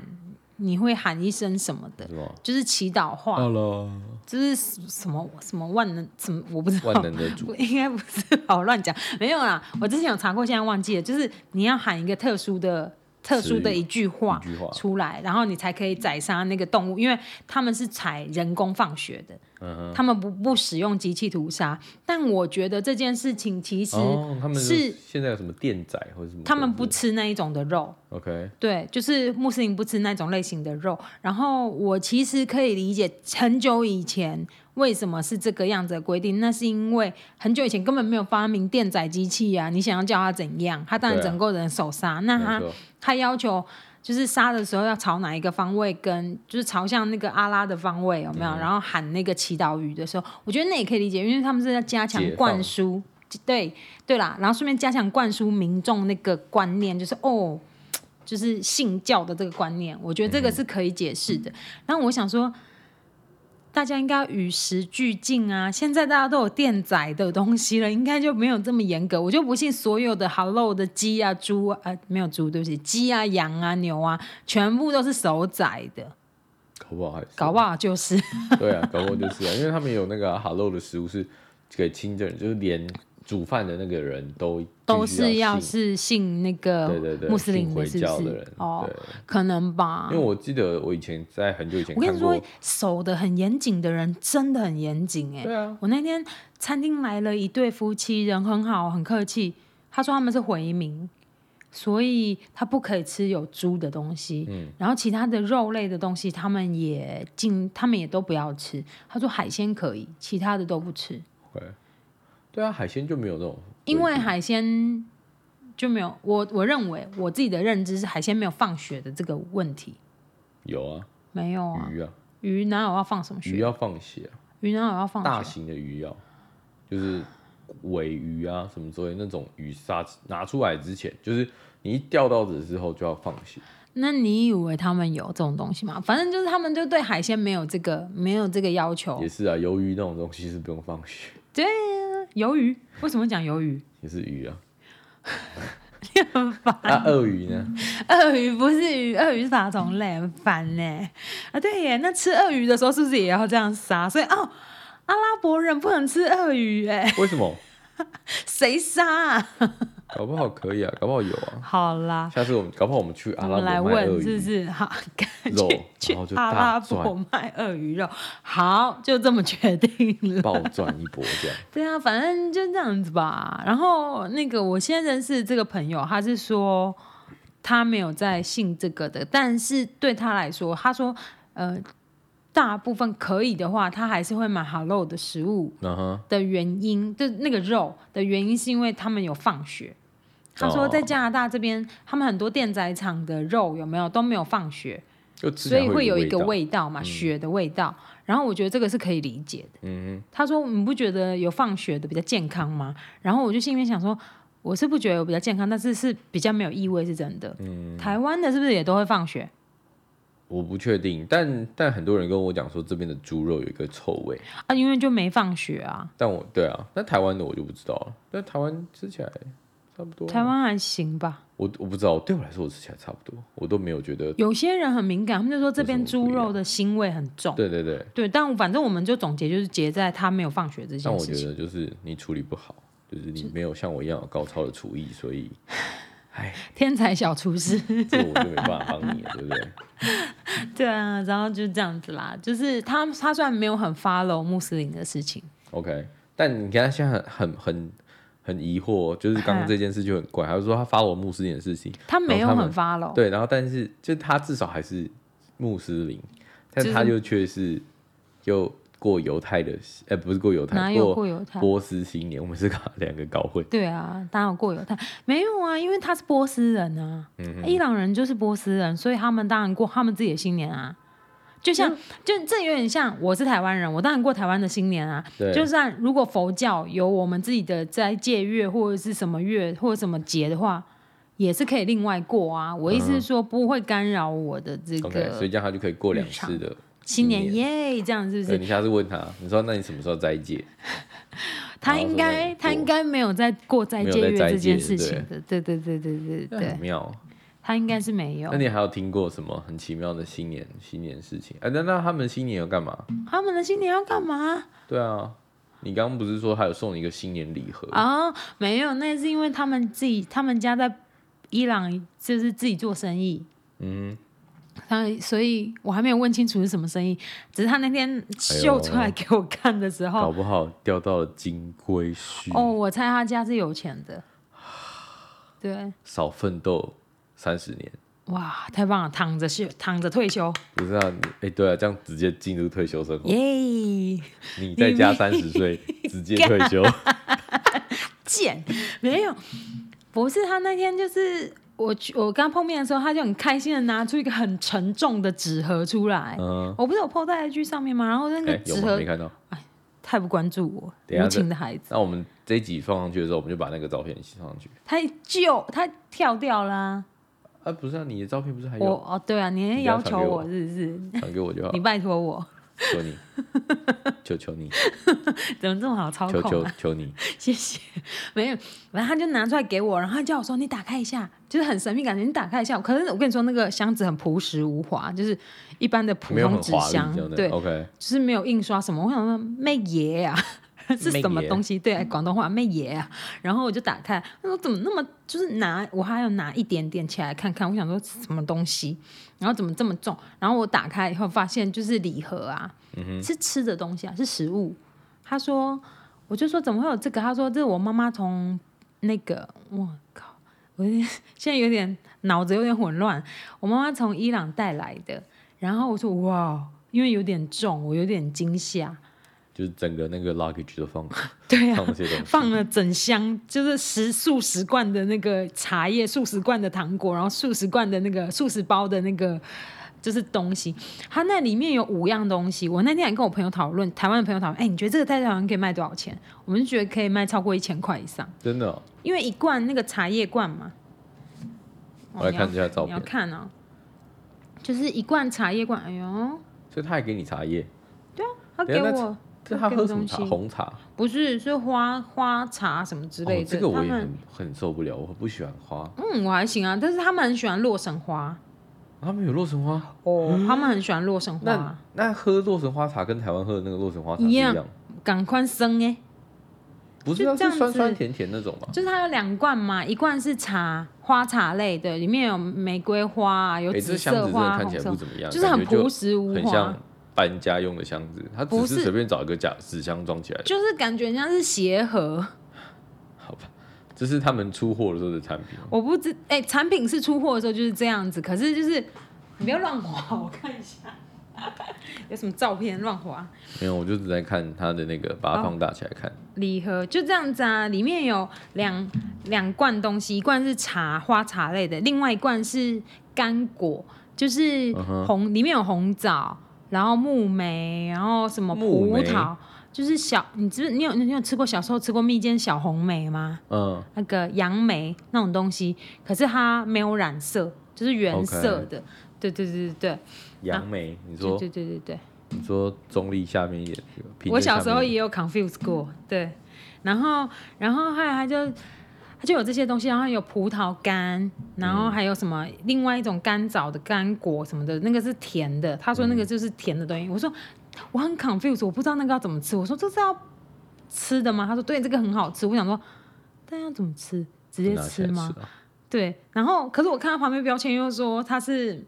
B: 你会喊一声什么的，
A: 是吗？
B: 就是祈祷话，
A: 好了，
B: 就是什什么什么万能，什么我不知道，
A: 万能的主
B: 不 [laughs] 应该不是吧？我乱讲，没有啦。我之前有查过，现在忘记了。就是你要喊一个特殊的、特殊的一句话
A: 一句话，
B: 出来，然后你才可以宰杀那个动物，因为他们是采人工放血的，
A: 嗯哼，
B: 他们不不使用机器屠杀。但我觉得这件事情其实
A: 哦，他们
B: 是
A: 现在有什么电仔或者什么？
B: 他们不吃那一种的肉，
A: OK，
B: 对，就是穆斯林不吃那种类型的肉。然后我其实可以理解，很久以前为什么是这个样子的规定，那是因为很久以前根本没有发明电宰机器啊，你想要叫他怎样，他当然
A: 对啊
B: 整个人手杀。那
A: 没
B: 他
A: 错，
B: 他要求就是杀的时候要朝哪一个方位跟，就是朝向那个阿拉的方位有没有？
A: 嗯
B: 然后喊那个祈祷语的时候，我觉得那也可以理解，因为他们是在加强
A: 解放
B: 灌输，对对啦，然后顺便加强灌输民众那个观念，就是哦。就是信教的这个观念，我觉得这
A: 嗯
B: 个是可以解释的。然后我想说，大家应该要与时俱进啊！现在大家都有电宰的东西了，应该就没有这么严格。我就不信所有的 Hello 的鸡啊、猪啊，呃，没有猪，对不起，鸡啊、羊啊、牛啊，全部都是手宰的，
A: 搞不好还是
B: 搞不好就是
A: 对啊，搞不好就是啊，因为他们有那个 Hello 的食物是给清真人，就是连煮饭的那个人都
B: 都
A: 必
B: 是
A: 须
B: 要
A: 要信
B: 是信那个
A: 对对对
B: 穆斯林
A: 信
B: 的，
A: 回
B: 是不
A: 教的
B: 是
A: 人？
B: 哦，
A: 对。
B: 可能吧
A: 因为。我记得我以前在很久以前
B: 我跟
A: 看
B: 你
A: 过
B: 说，，守的很严谨的人真的很严谨哎、
A: 对啊，
B: 我那天餐厅来了一对夫妻，人很好，很客气。他说他们是回民，所以他不可以吃有猪的东西。
A: 嗯
B: 然后其他的肉类的东西，他们也禁，他们也都不要吃。他说海鲜可以，其他的都不吃，
A: 对，对啊，海鲜就没有那种
B: 因为
A: 规定
B: 海鲜就没有我我认为我自己的认知是海鲜没有放血的这个问题，
A: 有啊，
B: 没有啊，
A: 鱼啊，
B: 鱼哪有要放什么
A: 鱼
B: 血？
A: 要放血啊，
B: 鱼哪有要放
A: 大
B: 血？
A: 型的鱼要，就是尾鱼啊什么之类的那种鱼杀拿出来之前，就是你一钓到的时候就要放血，
B: 那你以为他们有这种东西吗？反正就是他们就对海鲜没有这个没有这个要求
A: 也。是啊，鱿鱼那种东西是不用放血，
B: 对啊，鱿鱼为什么讲鱿鱼？
A: 也是鱼啊。那鳄鱼呢？
B: [laughs] 鳄鱼不是鱼，鳄鱼是爬虫类，很烦呢、啊，对耶，那吃鳄鱼的时候是不是也要这样杀？所以哦，阿拉伯人不能吃鳄鱼，哎，
A: 为什么？
B: 谁杀、啊？
A: 搞不好可以啊，搞不好有啊。
B: 好啦，
A: 下次我们搞不好我们去阿
B: 我
A: 拉
B: 们来
A: 伯卖鳄
B: 问
A: 鱼
B: 是不是？好，赶
A: 肉
B: 紧， [laughs] 去
A: 然后就
B: 阿
A: 大
B: 拉
A: 赚
B: 伯卖鳄鱼肉，好，就这么决定了。
A: 暴赚一波这样。
B: 对啊，反正就这样子吧。然后那个我现在认识这个朋友，他是说他没有在信这个的，但是对他来说，他说呃，大部分可以的话，他还是会买好肉的食物
A: 嗯哼，
B: 的原因，就那个肉的原因是因为他们有放血。他说
A: 哦
B: 在加拿大这边，他们很多电宰场的肉有没有都没有放血，
A: 就吃起
B: 所
A: 来
B: 以会有一个
A: 道，
B: 味道嘛，血的味道。然后我觉得这个是可以理解的。
A: 嗯
B: 他说：“你不觉得有放血的比较健康吗？”然后我就心里面想说：“我是不觉得有比较健康，但是是比较没有异味，是真的。
A: 哼嗯。
B: 台湾的是不是也都会放血
A: 我不确定，但但很多人跟我讲说这边的猪肉有一个臭味，
B: 啊？因为就没放血啊。
A: 但我对啊，那台湾的我就不知道了。但台湾吃起来差不多，啊
B: 台湾还行吧，
A: 我我不知道，对我来说我吃起来差不多，我都没有觉得。
B: 有些人很敏感，他们就说这边
A: 为什么不
B: 猪
A: 一样
B: 肉的腥味很重。
A: 对对对，
B: 对，但反正我们就总结就是结在他没有放血这
A: 但
B: 件
A: 我
B: 事
A: 觉
B: 情。
A: 得就是你处理不好，就是你没有像我一样有高超的厨艺，所以，哎，
B: 天才小厨师。
A: 这个我就没办法帮你了，对不对？
B: 对啊，然后就这样子啦，就是他他虽然没有很 follow 穆斯林的事情，
A: OK，但你看他现在很很很很疑惑，哦就是刚
B: 嗯
A: 刚这件事就很怪，他就说他发我穆斯林的事情，
B: 他没有
A: 然后
B: 很 follow。
A: 哦对，然后但是就他至少还是穆斯林，但
B: 就是
A: 他就却是又过犹太的，呃，不是过犹
B: 哪
A: 太，
B: 有过犹太
A: 波斯新年，我们是搞 [laughs] 两个搞混。
B: 对啊，当然有过犹太没有啊，因为他是波斯人啊，
A: 嗯
B: 伊朗人就是波斯人，所以他们当然过他们自己的新年啊。就
A: 嗯
B: 像，就这有点像，我是台湾人，我当然过台湾的新年啊。
A: 对，
B: 就算如果佛教有我们自己的斋戒月或者是什么月或者什么节的话，也是可以另外过啊。我意思是说，不会干扰我的这
A: 嗯 OK，所
B: 个
A: 以这样他就可以过两
B: 日常
A: 次的。新
B: 新年耶这样是不
A: 对，
B: 是？
A: 你下次问他，你说那你什么时候斋戒？
B: 他
A: 然后说那
B: 应该
A: 你
B: 他
A: 过
B: 应该没有在过斋
A: 没有
B: 戒
A: 在
B: 月
A: 斋
B: 这件
A: 戒对
B: 事情的，对对对对对
A: 那
B: 对
A: 很。妙哦。
B: 他应该是没有
A: 那。你还有听过什么很奇妙的新年新年事情？哎、那那他们新年要干嘛？
B: 他们的新年要干嘛
A: 对啊，你刚刚不是说还有送你一个新年礼盒？
B: 啊？没有，那是因为他们自己，他们家在伊朗就是自己做生意。
A: 嗯，
B: 他所以我还没有问清楚是什么生意，只是他那天秀出来给我看的时候，
A: 搞不好掉到了金龟婿。
B: 哦，我猜他家是有钱的。对，
A: 少奋斗三十年，
B: 哇，太棒了，躺着休，躺着退休，
A: 不是啊？你哎、对啊，这样直接进入退休生活。
B: 耶、
A: 你再加三十岁，直接退休。
B: 贱， [laughs] 没有，不是他那天就是我去我刚碰面的时候，他就很开心的拿出一个很沉重的纸盒出来，
A: [laughs] 嗯，
B: 我不是有 PO 在 IG 上面吗？然后那
A: 哎、
B: 个
A: 有
B: 纸
A: 吗？
B: 盒、
A: 没看到。
B: 太不关注我，
A: 等一下
B: 无情的孩子，
A: 那我们这一集放上去的时候，我们就把那个照片一起放上去。
B: 太旧，他跳掉啦、
A: 啊，不是啊，你的照片不是还
B: 我
A: 有？
B: 哦，对啊，你
A: 你
B: 也
A: 不要
B: 要
A: 传
B: 求
A: 给
B: 我
A: 我
B: 是不是？
A: 传给我就好
B: [laughs] 你，拜托我，
A: 求你，求求你，
B: 怎么这么好操
A: 求
B: 控
A: 求
B: 啊？
A: 求你。
B: [laughs] 谢谢。没有，然后他就拿出来给我，然后他叫我说：“你打开一下。”就是很神秘感觉，你打开一下。可是我跟你说，那个箱子很朴实无华，就是一般的普
A: 没有
B: 通
A: 很
B: 纸
A: 华丽
B: 箱
A: 这样，的
B: 对，
A: ，OK，
B: 就是没有印刷什么。我想说，妹爷啊， [laughs] 是什么
A: 妹爷
B: 东西？对，广东话妹爷啊。然后我就打开，我说怎么那么就是拿，我还有拿一点点起来看看，我想说什么东西，然后怎么这么重？然后我打开以后发现就是礼盒啊，
A: 嗯
B: 是吃的东西啊，是食物。他说，我就说怎么会有这个？他说这是我妈妈从那个，我靠，我现在有点脑子有点混乱。我妈妈从伊朗带来的，然后我说哇，因为有点重，我有点惊吓。
A: 就是整个那个 luggage 都放
B: [laughs] 对啊
A: 放，那些东西。
B: 放了整箱，就是十数十罐的那个茶叶，数十罐的糖果，然后数十罐的那个数十包的那个就是东西。它那里面有五样东西。我那天还跟我朋友讨论，台湾的朋友讨论，哎、你觉得这个在台湾可以卖多少钱？我们就觉得可以卖超过一千块以上，
A: 真的哦、
B: 因为一罐那个茶叶罐嘛。哦
A: 我来
B: 你
A: 看
B: 要
A: 一下照
B: 你要
A: 片，
B: 看哦，就是一罐茶叶罐。哎呦，
A: 所以他还给你茶叶，
B: 他
A: 等一
B: 给
A: 下那
B: 我
A: 这他
B: 给我
A: 喝什么
B: 东
A: 茶？
B: 西
A: 红茶。
B: 不是是花花茶什么之类的。
A: 哦，这个我也
B: 他们
A: 很很受不了，我不喜欢花。
B: 嗯，我还行啊，但是他们很喜欢洛神花
A: 他们有洛神花，
B: 哦，他们很喜欢洛神
A: 嗯那
B: 花，
A: 那喝洛神花茶跟台湾喝的那个洛神花茶是
B: 一
A: 一
B: 样
A: 样，
B: 赶快生哎，
A: 不是啊
B: 就这样
A: 是
B: 子
A: 酸酸甜甜那种嘛？
B: 就是它有两罐嘛，一罐是茶花茶类的，里面有玫瑰花啊，有
A: 哎、
B: 紫
A: 这箱子
B: 色
A: 真
B: 花、
A: 的看起
B: 红
A: 来
B: 色
A: 不
B: 花，
A: 怎么样，
B: 就是很
A: 感觉
B: 朴实无
A: 很
B: 华
A: 像，搬家用的箱子，它只
B: 不
A: 是
B: 是
A: 随便找一个假纸箱装起来的，
B: 就是感觉像是鞋盒。
A: 好吧？这是他们出货的时候的产品。
B: 我不知哎、产品是出货的时候就是这样子，可是就是你不要乱划，我看一下 [laughs] 有什么照片乱划。
A: 没有，我就只在看它的那个，把它
B: 哦
A: 放大起来看。
B: 礼盒就这样子啊，里面有两两罐东西，一罐是茶花茶类的，另外一罐是干果，就是
A: 嗯哼
B: 红、里面有红枣，然后木莓，然后什么
A: 木
B: 葡
A: 莓
B: 萄，就是小你知你有你有吃过小时候吃过蜜饯小红莓吗？
A: 嗯，
B: 那个杨梅那种东西，可是它没有染色，就是原
A: OK
B: 色的。对对对对
A: 杨梅，你
B: 对对
A: 说
B: 对对对对。
A: 你说中立下面一点，平
B: 我
A: 镇
B: 小
A: 下
B: 时候
A: 面嗯一
B: 也
A: 点
B: 有 confuse 过，对，然后然后后来他就他就有这些东西，然后有葡萄干，然
A: 嗯
B: 后还有什么、另外一种干枣的干果什么的，那个是甜的，他说那
A: 嗯
B: 个就是甜的东西，我说我很 confuse，我不知道那个要怎么吃，我说这是要吃的吗？他说对，这个很好吃，我想说但要怎么吃？直接
A: 拿起
B: 吃
A: 来
B: 吗？
A: 啊
B: 对，然后可是我看到旁边标签又说它是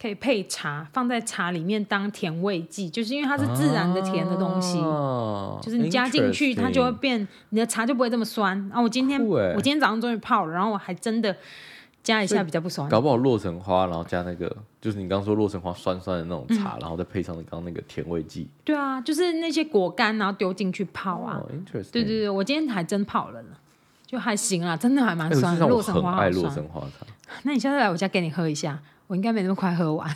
B: 可以配茶，放在茶里面当甜味剂，就是因为它是自然的甜的东西，
A: 哦
B: 就是你加进去它就会
A: interesting
B: 变，你的茶就不会这么酸。啊，我今天
A: 酷欸
B: 我今天早上终于泡了，然后我还真的加一
A: 所
B: 下
A: 以
B: 比较不酸。
A: 搞不好洛神花，然后加那个就是你刚说洛神花酸酸的那种
B: 嗯
A: 茶，然后再配上刚刚那个甜味剂。
B: 对啊，就是那些果干然后丢进去泡啊。
A: 哦，interesting。
B: 对对对，我今天还真泡了呢。就还行啦，真的还蛮
A: 哎，我事
B: 酸
A: 实
B: 的。
A: 上我
B: 洛神
A: 很
B: 花
A: 爱
B: 好
A: 洛
B: 酸
A: 神，花茶，
B: 那你下次来我家给你喝一下，我应该没那么快喝完，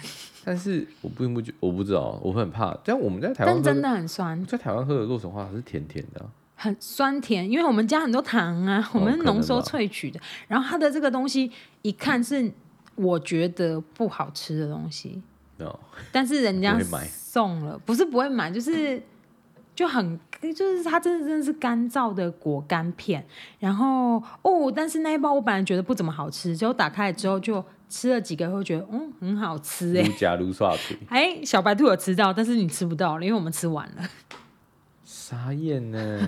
A: 但是我并不觉，我不知道，我会很怕。但我们在台湾
B: 但
A: 喝
B: 真的很酸。
A: 在台湾喝的洛神花茶是甜甜的啊，
B: 很酸甜，因为我们加很多糖啊，
A: 哦
B: 我们是浓缩萃取的。然后它的这个东西一看是我觉得不好吃的东西，
A: 你知道吗
B: 但是人家
A: 不会买
B: 送了，不是不会买，就是就很就是它真的真的是干燥的果干片，然后哦，但是那一包我本来觉得不怎么好吃，结果打开来之后就吃了几个，会觉得嗯很好吃哎、
A: 如假如刷腿，
B: 哎，小白兔有吃到，但是你吃不到了，因为我们吃完了，
A: 傻眼呢、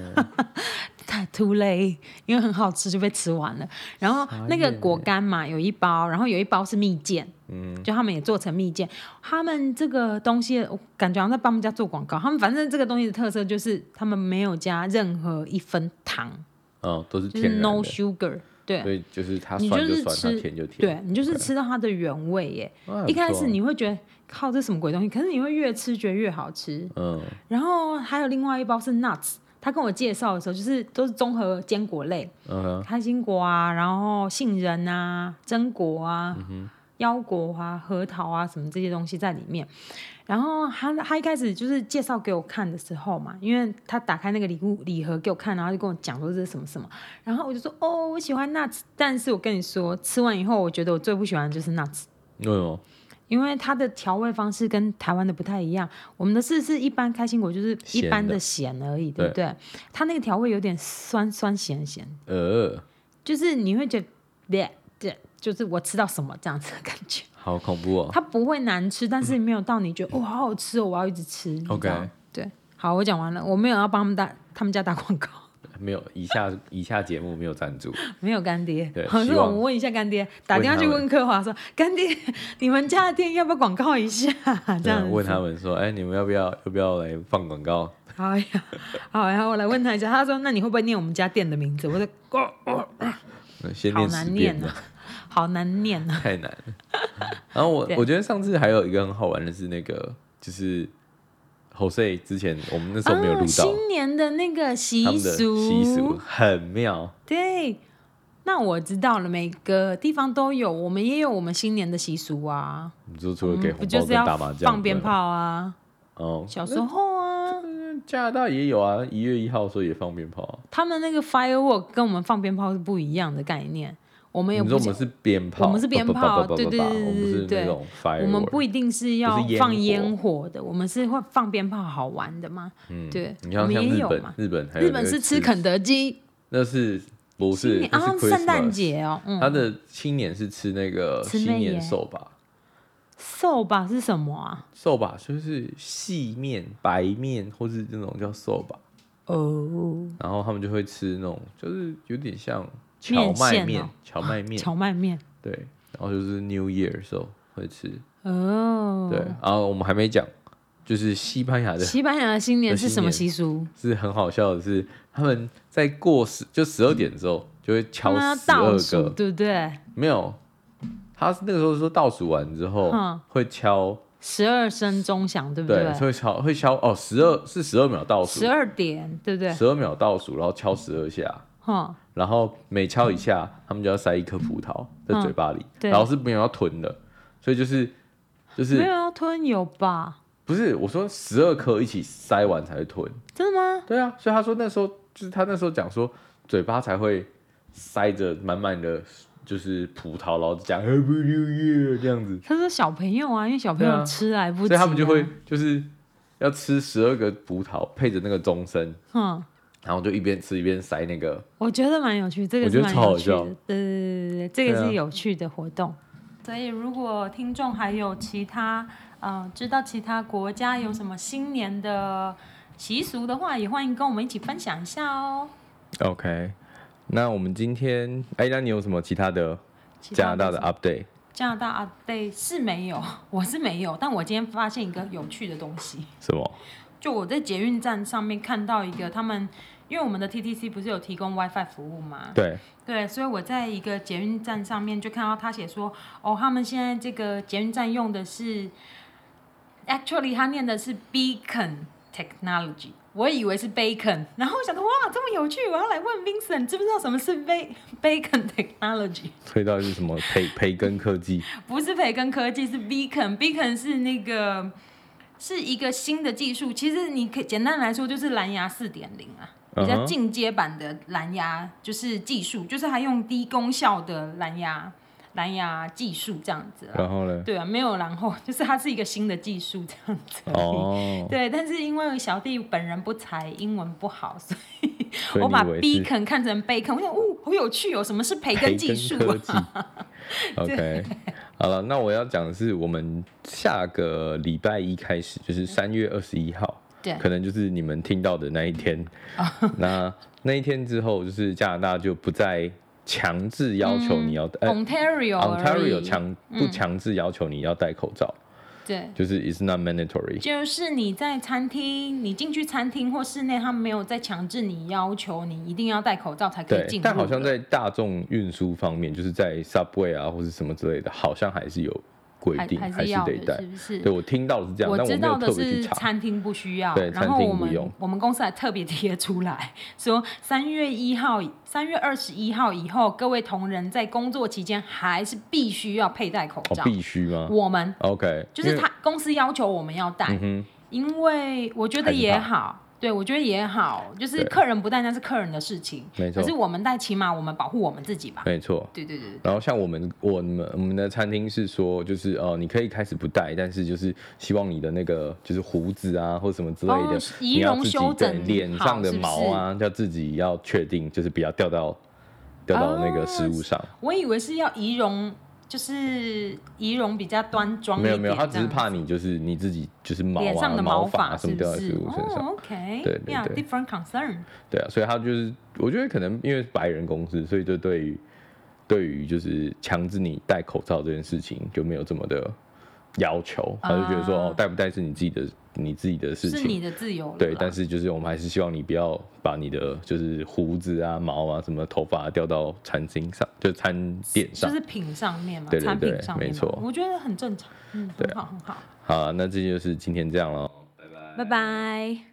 B: 太 too late，因为很好吃就被吃完了。然后那个果干嘛，有一包，然后有一包是蜜饯，
A: 嗯，
B: 就他们也做成蜜饯。他们这个东西，我感觉好像在帮他们家做广告。他们反正这个东西的特色就是他们没有加任何一分糖，
A: [laughs] 哦，都是
B: 就
A: 天
B: 是
A: 然
B: no
A: 的，
B: sugar 对。
A: 所以就是它
B: 你
A: 酸
B: 就
A: 就是酸，它
B: 吃
A: 甜就甜。
B: 对你就是吃到它的原味耶。
A: 哇
B: 一开始，
A: 不啊
B: 你会觉得靠这什么鬼东西，可是你会越吃觉得越好吃。
A: 错嗯，
B: 然后还有另外一包是 nuts，他跟我介绍的时候就是都是综合坚果类，
A: 嗯哼，
B: 开心果啊，然后杏仁啊、榛果啊、
A: 嗯
B: 腰果啊、核桃啊什么这些东西在里面。然后他他一开始就是介绍给我看的时候嘛，因为他打开那个礼物礼盒给我看，然后就跟我讲说这是什么什么，然后我就说哦，我喜欢 nuts，但是我跟你说，吃完以后我觉得我最不喜欢的就是 nuts。
A: 为什么？
B: 因为它的调味方式跟台湾的不太一样，我们的是是一般开心果就是一般的咸而已，对不对？它那个调味有点酸酸咸咸，
A: 呃，
B: 就是你会觉得，对对，就是我吃到什么这样子的感
A: [laughs]
B: 觉。
A: 好恐怖哦。
B: 它不会难吃，但是没有到你觉得哦好好吃哦，我要一直吃。你知道
A: OK
B: 对，好，我讲完了，我没有要帮他们打他们家打广告，
A: 没有，以下以下节目没有赞助，
B: 没有干爹
A: 对。
B: 好，
A: 希
B: 所以
A: 望
B: 我们问一下干爹，打电话去
A: 问他
B: 问科华说，干爹， [laughs] 你们家的店要不要广告一下？这样
A: 嗯
B: 子
A: 问他们说，哎，你们要不要要不要来放广告？
B: 好呀，好呀，我来问他一下。他说：“那你会不会念我们家店的名
A: [laughs]
B: 字？”我说：“哦哦，
A: 嗯先
B: 好
A: 念十
B: 难
A: 遍
B: 念
A: 呢
B: 啊， [laughs] 好难念
A: [laughs]
B: 啊。
A: 太难了。然后我
B: [laughs] 对
A: 我觉得上次还有一个很好玩的是那个，就是侯穗之前我们那时候没有录
B: 哦
A: 到、
B: 新年的那个习
A: 他们的
B: 俗，
A: 习俗，很妙。
B: 对。那我知道了，每个地方都有，我们也有我们新年的习俗啊，
A: 你说除了
B: 嗯
A: 给
B: 不
A: 红包
B: 就是
A: 跟打麻
B: 要
A: 将，
B: 放鞭炮啊？
A: 哦，
B: 小时候啊，
A: 嗯加拿大也有啊，一月一号的时候也放鞭炮啊。
B: 他们那个 firework 跟我们放鞭炮是不一样的概念，我们也
A: 你
B: 不
A: 说我
B: 讲
A: 们是鞭炮，
B: 我们是鞭
A: 叭叭叭
B: 炮
A: 叭叭
B: 对对
A: 叭
B: 对对
A: 我们不是
B: 对
A: 那种 fire，
B: 我们不一定是要
A: 不是烟
B: 放
A: 火
B: 烟火的，我们是会放鞭炮好玩的嘛？
A: 嗯
B: 对
A: 你看
B: 我们
A: 像
B: 也
A: 日
B: 有
A: 本
B: 嘛，
A: 日本还有
B: 日本
A: 那个
B: 是吃肯德基，
A: 那是不
B: 新
A: 是
B: 年
A: 那
B: 啊，
A: 是
B: 圣诞
A: Christmas
B: 节哦，嗯，
A: 他的青年是吃那个
B: 吃
A: 新
B: 内
A: 年
B: 耶
A: 寿吧，
B: 寿吧是什么啊？
A: 寿吧就是细面、白面或是那种叫寿吧，
B: 哦，
A: 然后他们就会吃那种就是有点像荞
B: 面
A: 麦
B: 线
A: 面
B: 哦、
A: 荞麦面，
B: 荞麦面，
A: 对，然后就是 New Year 的时候会吃，
B: 哦，
A: 对，然后我们还没讲，就是西班牙的
B: 西班牙的新年
A: 的
B: 是
A: 新
B: 什么
A: 年
B: 习俗？
A: 是很好笑的是，他们在过十就十二点之后就会
B: 他
A: 敲
B: 们要
A: 十
B: 倒
A: 二
B: 数，
A: 个，
B: 对不对？
A: 没有，他那个时候说倒数完之后
B: 嗯
A: 会敲。
B: 十二声钟响，对不
A: 对，会敲会敲哦，十二是十二秒倒数
B: 十，二点，对不对？
A: 十二秒倒数，然后敲十二下，
B: 哈，
A: 然后每敲一下，他们就要塞一颗葡萄在嘴巴里，
B: 嗯对
A: 然后是没有要吞的，所以就是就
B: 没
A: 是
B: 有要吞有吧？
A: 不是我说十二颗一起塞完才会吞，
B: 真的吗？
A: 对啊，所以他说那时候就是他那时候讲说嘴巴才会塞着满满的就是葡萄，然后就讲 Happy New Year 这样子，
B: 他说小朋友啊，因为小朋
A: 对啊
B: 友吃来不
A: 所
B: 及、
A: 以
B: 啊，
A: 他们就会就是要吃十二个葡萄配着那个钟声，
B: 嗯，
A: 然后就一边吃一边塞那个
B: 我觉得蛮有趣，这
A: 我
B: 个
A: 觉
B: 是
A: 得
B: 蛮
A: 超好
B: 有趣
A: 笑
B: 的，对对对对对，这个
A: 对啊
B: 是有趣的活动。所以，如果听众还有其他呃知道其他国家有什么新年的习俗的话，也欢迎跟我们一起分享一下哦。
A: OK，那我们今天，哎，那你有什么其他的
B: 其他
A: 加拿大的
B: 什么
A: update？
B: 加拿大啊，对，是没有， [laughs] 我是没有，但我今天发现一个有趣的东西。
A: 什么？
B: 就我在捷运站上面看到一个，他们因为我们的 TTC 不是有提供 WiFi 服务吗？
A: 对，
B: 对，所以我在一个捷运站上面就看到他写说，哦，他们现在这个捷运站用的是，actually 他念的是 beacon technology，我以为是 bacon，然后我想说哇，这么有趣，我要来问 Vincent 知不知道什么是 ba- bacon technology？
A: 所以到底是什么培培根科技？
B: 不是培根科技，是 beacon，beacon 是那个是一个新的技术，其实你可以简单来说就是蓝牙四点零啊。比
A: 嗯
B: 较
A: 哼
B: 进阶版的蓝牙，就是技术，就是还用低功效的蓝牙蓝牙技术这样子啦。
A: 然后
B: [laughs]
A: 呢？
B: 对啊，没有然后，就是它是一个新的技术这样子而已。
A: 哦，
B: 对，但是因为小弟本人不才，英文不好，所
A: 所以
B: 我把
A: 你以为是
B: beacon 看成 bacon，我想，哦，好有趣哦，什么是培根技术
A: 培根科
B: 啊？
A: 技
B: [laughs]
A: OK，好了，那我要讲的是，我们下个礼拜一开始，就是三月二十一号，
B: 嗯对哦
A: 可能就是你们听到的那一天。 [laughs] 那那一天之后，就是加拿大就不再强制要求你要戴、呃
B: 嗯，Ontario 嗯而
A: Ontario
B: 已，
A: 强不强制要求你要戴口罩，
B: 对。
A: 就是 is not mandatory。
B: 就是你在餐厅，你进去餐厅或室内，他们没有在强制你要求你一定要戴口罩才可
A: 对
B: 以进，入。
A: 但好像在大众运输方面，就是在 subway 啊或是什么之类的，好像还是有规
B: 还
A: 定，还
B: 是
A: 是
B: 要
A: 得
B: 的，
A: 戴。
B: 是不
A: 对
B: 是？
A: 我听到的是这样，但
B: 知
A: 没有
B: 道的
A: 特别去
B: 是
A: 查。
B: 餐厅不需要，
A: 对
B: 然
A: 餐
B: 后
A: 厅
B: 我
A: 不用
B: 们我们公司还特别贴出来说，三月一号、三月二十一号以后，各位同仁在工作期间还是必须要佩戴口
A: 哦，
B: 罩。
A: 必须吗
B: 我们
A: ？OK，
B: 就是
A: 因为
B: 他公司要求我们要戴，
A: 嗯
B: 因为我觉得
A: 还是
B: 也
A: 怕
B: 好，对我觉得也好，就是
A: 对
B: 客人不戴那是客人的事情，
A: 没错
B: 可是我们戴，起码我们保护我们自己吧
A: 哼，。没错。
B: 对对对
A: 然后像我们我们我们的餐厅是说，就是呃，你可以开始不戴，但是就是希望你的那个就是胡子啊或什么之类的，
B: 哦仪
A: 你要自
B: 容
A: 己
B: 修
A: 对
B: 整
A: 脸
B: 好
A: 上的
B: 是不
A: 毛啊，要自己要确定，就是不要掉到掉到那个食物上。
B: 我以为是要仪容，就是仪容比较端庄一
A: 没
B: 点
A: 有没有，
B: 哦这样子，
A: 他只是怕你就是你自己就是毛
B: 脸上
A: 啊
B: 的
A: 毛
B: 发
A: 啊什
B: 是
A: 么
B: 不
A: 掉在
B: 是
A: 食？物身上。
B: 哦，OK，
A: 对对
B: yeah,
A: 对
B: different concern，
A: 对啊，所以他就是，我觉得可能因为是白人公司，所以就对于对于就是强制你戴口罩这件事情就没有这么的要求，他就觉得说、
B: 啊
A: 哦，戴不戴是你自己的你自己的事
B: 是
A: 情。
B: 你的自由了啦。
A: 对，但是就是我们还是希望你不要把你的就是胡子啊、毛啊、什么头发掉到餐巾上，就餐垫
B: 就
A: 上。
B: 是品上面嘛，
A: 对对
B: 产
A: 对
B: 品上面嘛
A: 没错
B: 我觉得很正常，嗯，
A: 对
B: 很好很好，
A: 好啊，那这就是今天这样了。
B: 拜拜。